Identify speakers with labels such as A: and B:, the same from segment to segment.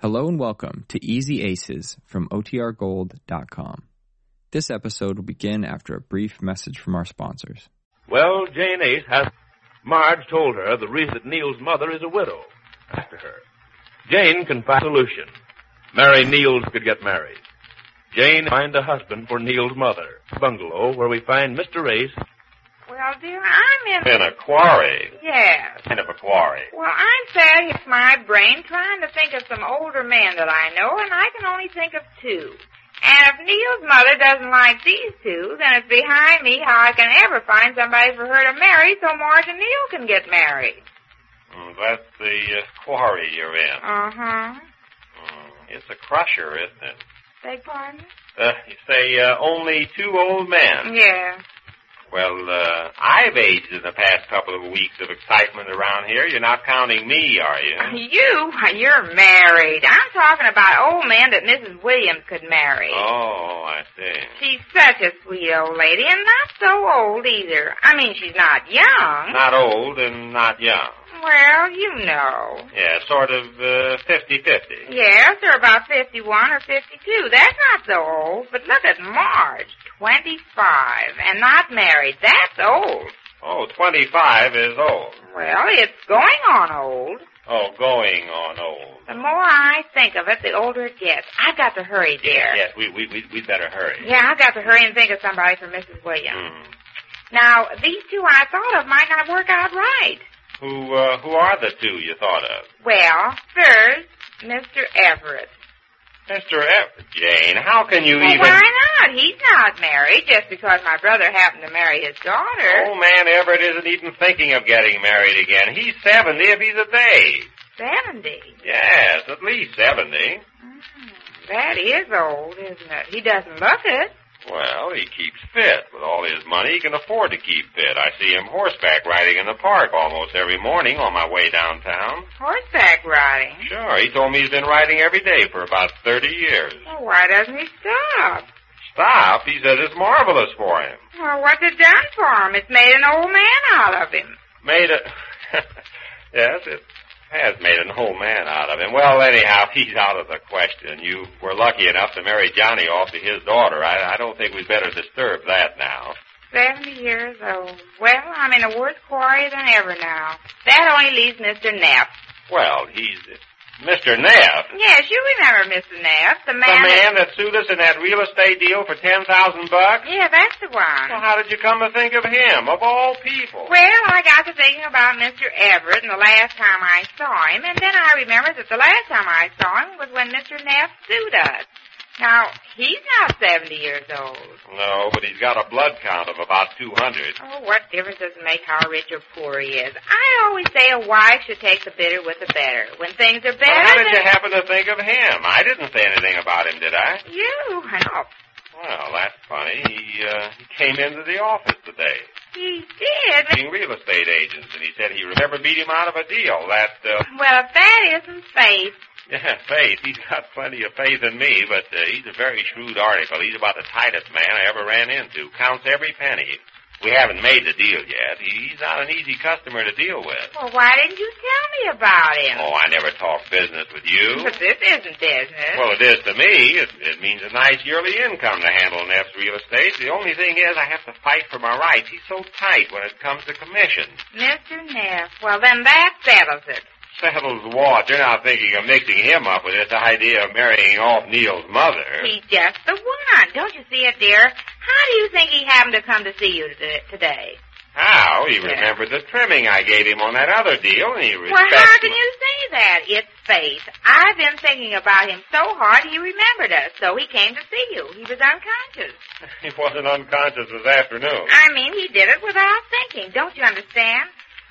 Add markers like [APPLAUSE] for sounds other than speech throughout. A: Hello and welcome to Easy Aces from OTRGold.com. This episode will begin after a brief message from our sponsors.
B: Well, Jane Ace has. Marge told her the reason that Neil's mother is a widow. After her. Jane can find a solution. Mary Neils could get married. Jane find a husband for Neil's mother. Bungalow where we find Mr. Ace
C: Well, dear, I'm in.
D: In a quarry.
C: Yes.
D: Kind of a quarry.
C: Well, I'm sat with my brain trying to think of some older men that I know, and I can only think of two. And if Neil's mother doesn't like these two, then it's behind me how I can ever find somebody for her to marry so Marge and Neil can get married.
D: Mm, that's the uh, quarry you're in.
C: Uh huh.
D: Mm, it's a crusher, isn't it?
C: Beg pardon?
D: Uh, you say uh, only two old men.
C: Yeah.
D: Well, uh, I've aged in the past couple of weeks of excitement around here. You're not counting me,
C: [LAUGHS]
D: are you?
C: You? Why, You're married. I'm talking about old men that Mrs. Williams could marry.
D: Oh, I see.
C: She's such a sweet old lady, and not so old either. I mean, she's not young.
D: Not old and not young.
C: Well, you know.
D: Yeah, sort of uh, 50-50.
C: Yes, they're about 51 or 52. That's not so old. But look at Marge, 25, and not married. That's old.
D: Oh, 25 is old.
C: Well, it's going on old.
D: Oh, going on old.
C: The more I think of it, the older it gets. I've got to hurry, dear.
D: Yes, we, we, we, we'd better hurry.
C: Yeah, I've got to hurry and think of somebody for Mrs. Williams.
D: Mm.
C: Now, these two I thought of might not work out right.
D: Who uh, who are the two you thought of?
C: Well, first, Mr. Everett.
D: Mr. F. Jane, how can you
C: Well,
D: even?
C: why not? He's not married just because my brother happened to marry his daughter.
D: Old Oh, man Everett isn't even thinking of getting married again. He's seventy if he's of age.
C: Seventy.
D: Yes, at least seventy.
C: Mm, that is old, isn't it? He doesn't look it.
D: Well, he keeps fit. With all his money, he can afford to keep fit. I see him horseback riding in the park almost every morning on my way downtown.
C: Horseback riding.
D: Sure, he told me he's been riding every day for about thirty years.
C: Well, why doesn't he stop?
D: Stop, he says it's marvelous for him.
C: Well, what's it done for him? It's made an old man out of him.
D: made a [LAUGHS] yes, it has made an old man out of him. Well, anyhow, [LAUGHS] he's out of the question. You were lucky enough to marry Johnny off to his daughter. I, I don't think we'd better disturb that now.
C: Seventy years old. Well, I'm in a worse quarry than ever now. That only leaves Mr. Neff.
D: Well, he's Mr. Neff,
C: Yes, you remember Mr. Neff, the man.
D: the
C: that-
D: man that sued us in that real estate deal for ten thousand bucks.
C: Yeah, that's the one.
D: Well, how did you come to think of him, of all people?
C: Well, I got to thinking about Mr. Everett and the last time I saw him, and then I remembered that the last time I saw him was when Mr. Neff sued us. Now, he's not 70 years old.
D: No, but he's got a blood count of about two hundred.
C: Oh, what difference does it make how rich or poor he is? I always say a wife should take the bitter with the better. When things are better
D: How did you
C: than
D: happen to think of him? I didn't say anything about him, did I?
C: you, no,
D: Well, that's funny. He, uh, he came into the office today,
C: he did.
D: being real estate agents, and he said he remembered beat him out of a deal. That, uh, [LAUGHS]
C: Well, if that isn't faith,
D: yeah, faith. He's got plenty of faith in me, but uh, he's a very shrewd article. He's about the tightest man I ever ran into. Counts every penny. We haven't made the deal yet. He- He's not an easy customer to deal with.
C: well, why didn't you tell me about him?
D: Oh, I never talk business with you. [LAUGHS]
C: But this isn't business.
D: Well, it is to me. It, it means a nice yearly income to handle Neff's real estate. The only thing is, I have to fight for my rights. He's so tight when it comes to commissions.
C: Mr. Neff, well, then that settles it.
D: Settles what? You're not thinking of mixing him up with this idea of marrying off Neil's mother.
C: He's just the one. Don't you see it, dear? How do you think he happened to come to see you t- today?
D: How? He
C: Yeah.
D: remembered the trimming I gave him on that other deal, and he
C: well,
D: respects
C: how can
D: me.
C: you say that? It's fate. I've been thinking about him so hard he remembered us, so he came to see you. He was unconscious.
D: [LAUGHS] He wasn't unconscious this afternoon.
C: I mean, he did it without thinking. Don't you understand?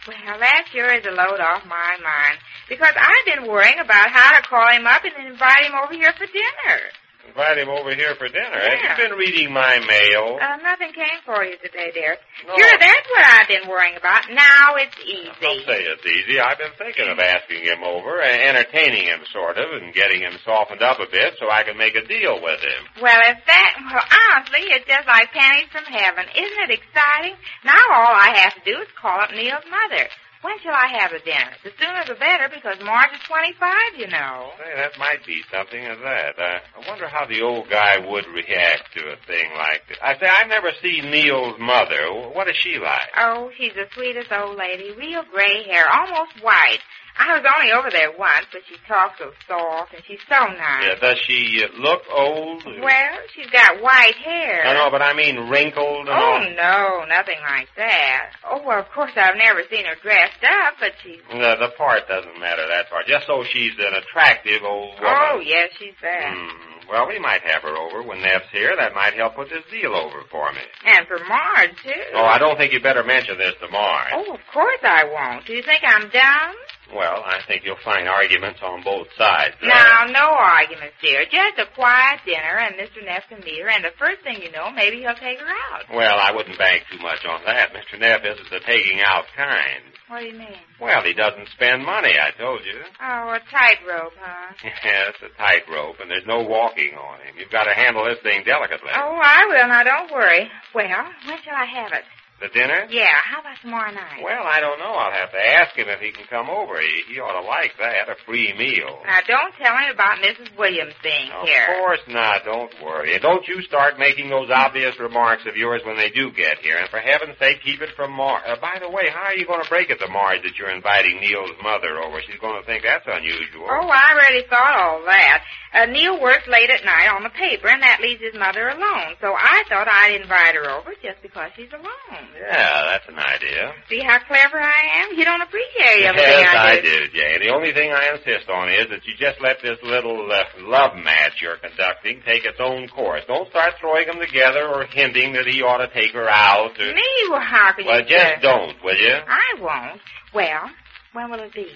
C: Well, that sure is a load off my mind. Because I've been worrying about how to call him up and invite him over here for dinner.
D: Invite him over here for dinner.
C: Yeah.
D: Have you been reading my mail?
C: Uh, nothing came for you today, dear.
D: No.
C: Sure, that's what I've been worrying about. Now it's
D: I'll
C: easy.
D: say it's easy. I've been thinking of asking him over, and entertaining him sort of, and getting him softened up a bit so I can make a deal with him.
C: Well, if that, well, honestly, it's just like panties from heaven. Isn't it exciting? Now all I have to do is call up Neil's mother. When shall I have the dinner? The sooner the better, because March is 25, you know.
D: Say, that might be something of that. Uh, I wonder how the old guy would react to a thing like this. I say, I've never seen Neil's mother. What is she like?
C: Oh, she's the sweetest old lady. Real gray hair, almost white. I was only over there once, but she talks so soft, and she's so
D: Yeah,
C: nice.
D: does she uh, look old?
C: Well, she's got white hair.
D: No, no, but I mean wrinkled and
C: Oh,
D: all.
C: no, nothing like that. Oh, well, of course, I've never seen her dressed up, but she's...
D: The, the part doesn't matter, that part. Just so she's an attractive old woman.
C: Oh, yes, she's that.
D: Hmm. Well, we might have her over when Nev's here. That might help put this deal over for me.
C: And for Marge, too.
D: Oh, I don't think you better mention this to Marge.
C: Oh, of course I won't. Do you think I'm dumb?
D: Well, I think you'll find arguments on both sides. uh,
C: Now, no arguments, dear. Just a quiet dinner, and Mr. Neff can meet her, and the first thing you know, maybe he'll take her out.
D: Well, I wouldn't bank too much on that. Mr. Neff isn't the taking out kind.
C: What do you mean?
D: Well, he doesn't spend money, I told you. [LAUGHS]
C: Oh, a tightrope, huh?
D: Yeah, it's a tightrope, and there's no walking on him. You've got to handle this thing delicately.
C: Oh, I will. Now, don't worry. Well, when shall I have it?
D: The dinner?
C: Yeah, how about tomorrow night?
D: Well, I don't know. I'll have to ask him if he can come over. He, he ought to like that, a free meal.
C: Now, don't tell him about Mrs. Williams being
D: Of
C: here.
D: course not. Don't worry. And don't you start making those obvious remarks of yours when they do get here. And for heaven's sake, keep it from Marge. Uh, by the way, how are you going to break it to Marge that you're inviting Neil's mother over? She's going to think that's unusual.
C: Oh, I already thought all that. Uh, Neil works late at night on the paper, and that leaves his mother alone. So I thought I'd invite her over just because she's alone.
D: Yeah, that's an idea.
C: See how clever I am? You don't appreciate everything
D: yes,
C: I do.
D: I do, Jay. The only thing I insist on is that you just let this little uh, love match you're conducting take its own course. Don't start throwing them together or hinting that he ought to take her out. Or...
C: Me? Well, how can
D: Well,
C: you?
D: just don't, will you?
C: I won't. Well, when will it be?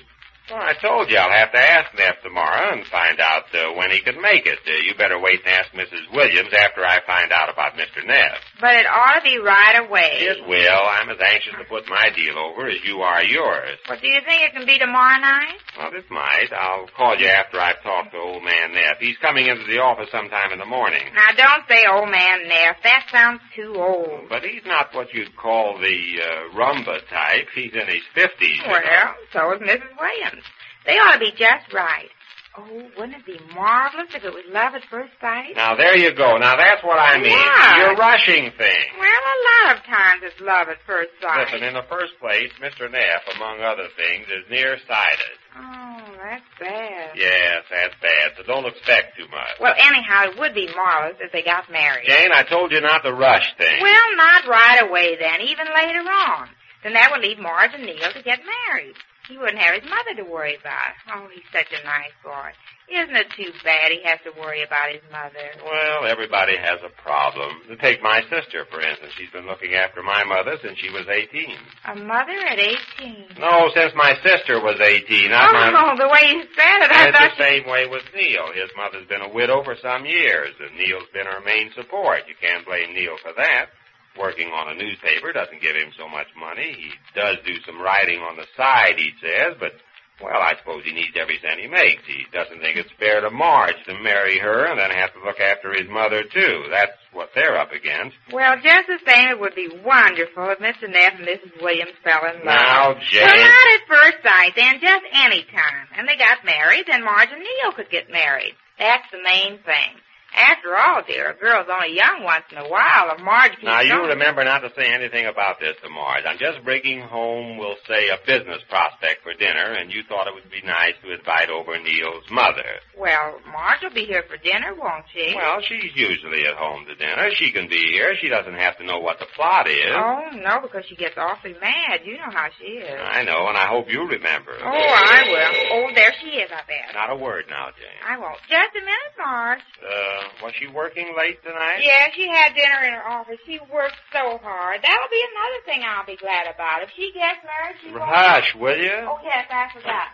D: Well, I told you I'll have to ask Neff tomorrow and find out uh, when he can make it. Uh, you better wait and ask Mrs. Williams after I find out about Mr. Neff.
C: But it ought to be right away.
D: It will. I'm as anxious to put my deal over as you are yours.
C: Well, do you think it can be tomorrow night?
D: Well, this might. I'll call you after I've talked to old man Neff. He's coming into the office sometime in the morning.
C: Now, don't say old man Neff. That sounds too old.
D: But he's not what you'd call the uh, rumba type. He's in his fifties.
C: Well, so is Mrs. Williams. They ought to be just right. Oh, wouldn't it be marvelous if it was love at first sight?
D: Now there you go. Now that's what I mean.
C: Why?
D: You're rushing things.
C: Well, a lot of times it's love at first sight.
D: Listen, in the first place, Mr. Neff, among other things, is nearsighted.
C: Oh, that's bad.
D: Yes, that's bad, so don't expect too much.
C: Well, anyhow, it would be marvelous if they got married.
D: Jane, I told you not to rush things.
C: Well, not right away then, even later on. Then that would leave Marge and Neil to get married. He wouldn't have his mother to worry about. Oh, he's such a nice boy. Isn't it too bad he has to worry about his mother?
D: Well, everybody has a problem. Take my sister, for instance. She's been looking after my mother since she was 18.
C: A mother at 18.
D: No, since my sister was 18, not my...
C: oh, the way you said it, I
D: And
C: thought [LAUGHS]
D: it's Uh-huh. the same way with Neil. His mother's been a widow for some years, and Neil's been her main support. You can't blame Neil for that. Working on a newspaper doesn't give him so much money. He does do some writing on the side, he says, but, well, I suppose he needs every cent he makes. He doesn't think it's fair to Marge to marry her and then have to look after his mother, too. That's what they're up against.
C: you... Well, just the same, it would be wonderful if Mr. Neff and Mrs. Williams fell in love.
D: Now,
C: Well,
D: Jane.
C: not at first sight, then, just any time. And they got married, then Marge and Neil could get married. That's the main thing. After all, dear, a girl's only young once in a while. If Marge keeps
D: Now, you
C: going-
D: remember not to say anything about this to Marge. I'm just bringing home, we'll say, a business prospect for dinner, and you thought it would be nice to invite over Neil's mother.
C: Well, Marge will be here for dinner, won't she?
D: Well, she's usually at home to dinner. She can be here. She doesn't have to know what the plot is.
C: oh, no, because she gets awfully mad. You know how she is.
D: I know, and I hope you remember.
C: oh, I will. Oh, there she is, I bet.
D: Not a word now, Jane.
C: I won't. Just a minute, Marge.
D: Uh, was she working late tonight?
C: Yeah, she had dinner in her office. She worked so hard. That'll be another thing I'll be glad about. If she gets married, she won't...
D: Hush, will you?
C: Oh, yes, I forgot.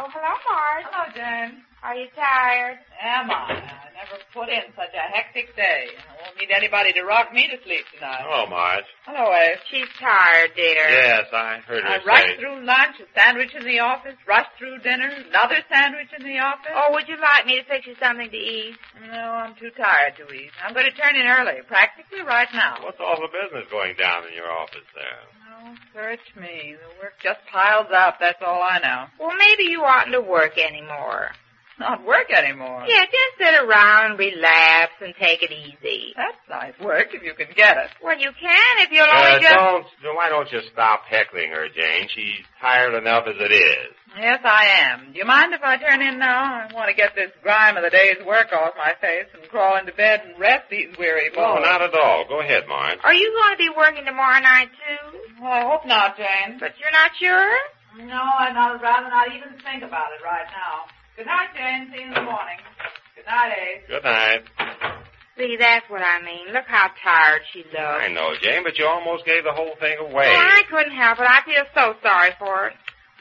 C: Oh, hello, Marge.
E: Hello, Jen.
C: Are you tired?
E: Am I? I never put in such a hectic day. I won't need anybody to rock me to sleep tonight.
D: Hello, Oh, Marge.
E: Hello, Ace.
C: She's tired, dear.
D: Yes, I heard her
C: Uh,
E: I
D: say.
E: rushed through lunch, a sandwich in the office, rushed through dinner, another sandwich in the office.
C: Oh, would you like me to fix you something to eat?
E: No, I'm too tired to eat. I'm going to turn in early, practically right now.
D: What's all the business going down in your office there?
E: No, Oh, search me. The work just piles up. That's all I know.
C: Well, maybe you oughtn't to work anymore.
E: Not work anymore.
C: Yeah, just sit around and relax and take it easy.
E: That's nice work if you can get it.
C: Well, you can if you'll
D: Uh,
C: only just...
D: don't, why don't you stop heckling her, Jane? She's tired enough as it is.
E: Yes, I am. Do you mind if I turn in now? I want to get this grime of the day's work off my face and crawl into bed and rest these weary bones.
D: No, Oh, not at all. Go ahead, Marge.
C: Are you going to be working tomorrow night, too?
E: Well, I hope not, Jane.
C: But you're not sure?
E: No, I'd not, rather not even think about it right now. Good night, Jane. See you in the morning. Good night, Ace.
D: Good night.
C: See, that's what I mean. Look how tired she looks.
D: I know, Jane, but you almost gave the whole thing away.
C: Well, I couldn't help it. I feel so sorry for her.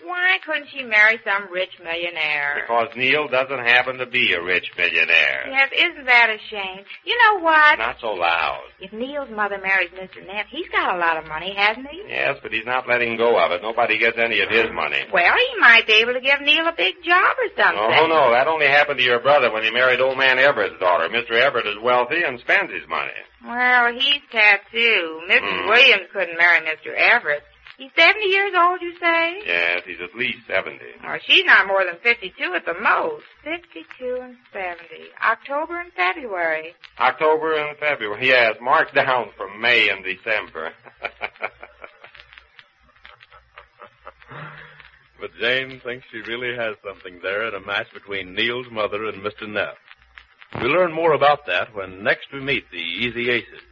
C: Why couldn't she marry some rich millionaire?
D: Because Neil doesn't happen to be a rich millionaire.
C: Yes, isn't that a shame? You know what?
D: Not so loud.
C: If Neil's mother marries Mr. Neff, he's got a lot of money, hasn't he?
D: Yes, but he's not letting go of it. Nobody gets any of his money.
C: Well, he might be able to give Neil a big job or something.
D: Oh, no, that only happened to your brother when he married old man Everett's daughter. Mr. Everett is wealthy and spends his money.
C: Well, he's tattooed. Mrs.
D: Hmm.
C: Williams couldn't marry Mr. Everett. He's 70 years old, you say?
D: Yes, he's at least 70.
C: Well, she's not more than 52 at the most. 52 and 70. October and February.
D: October and February. Yes, marked down from May and December. [LAUGHS]
B: But Jane thinks she really has something there in a match between Neil's mother and Mr. Neff. We'll learn more about that when next we meet the Easy Aces.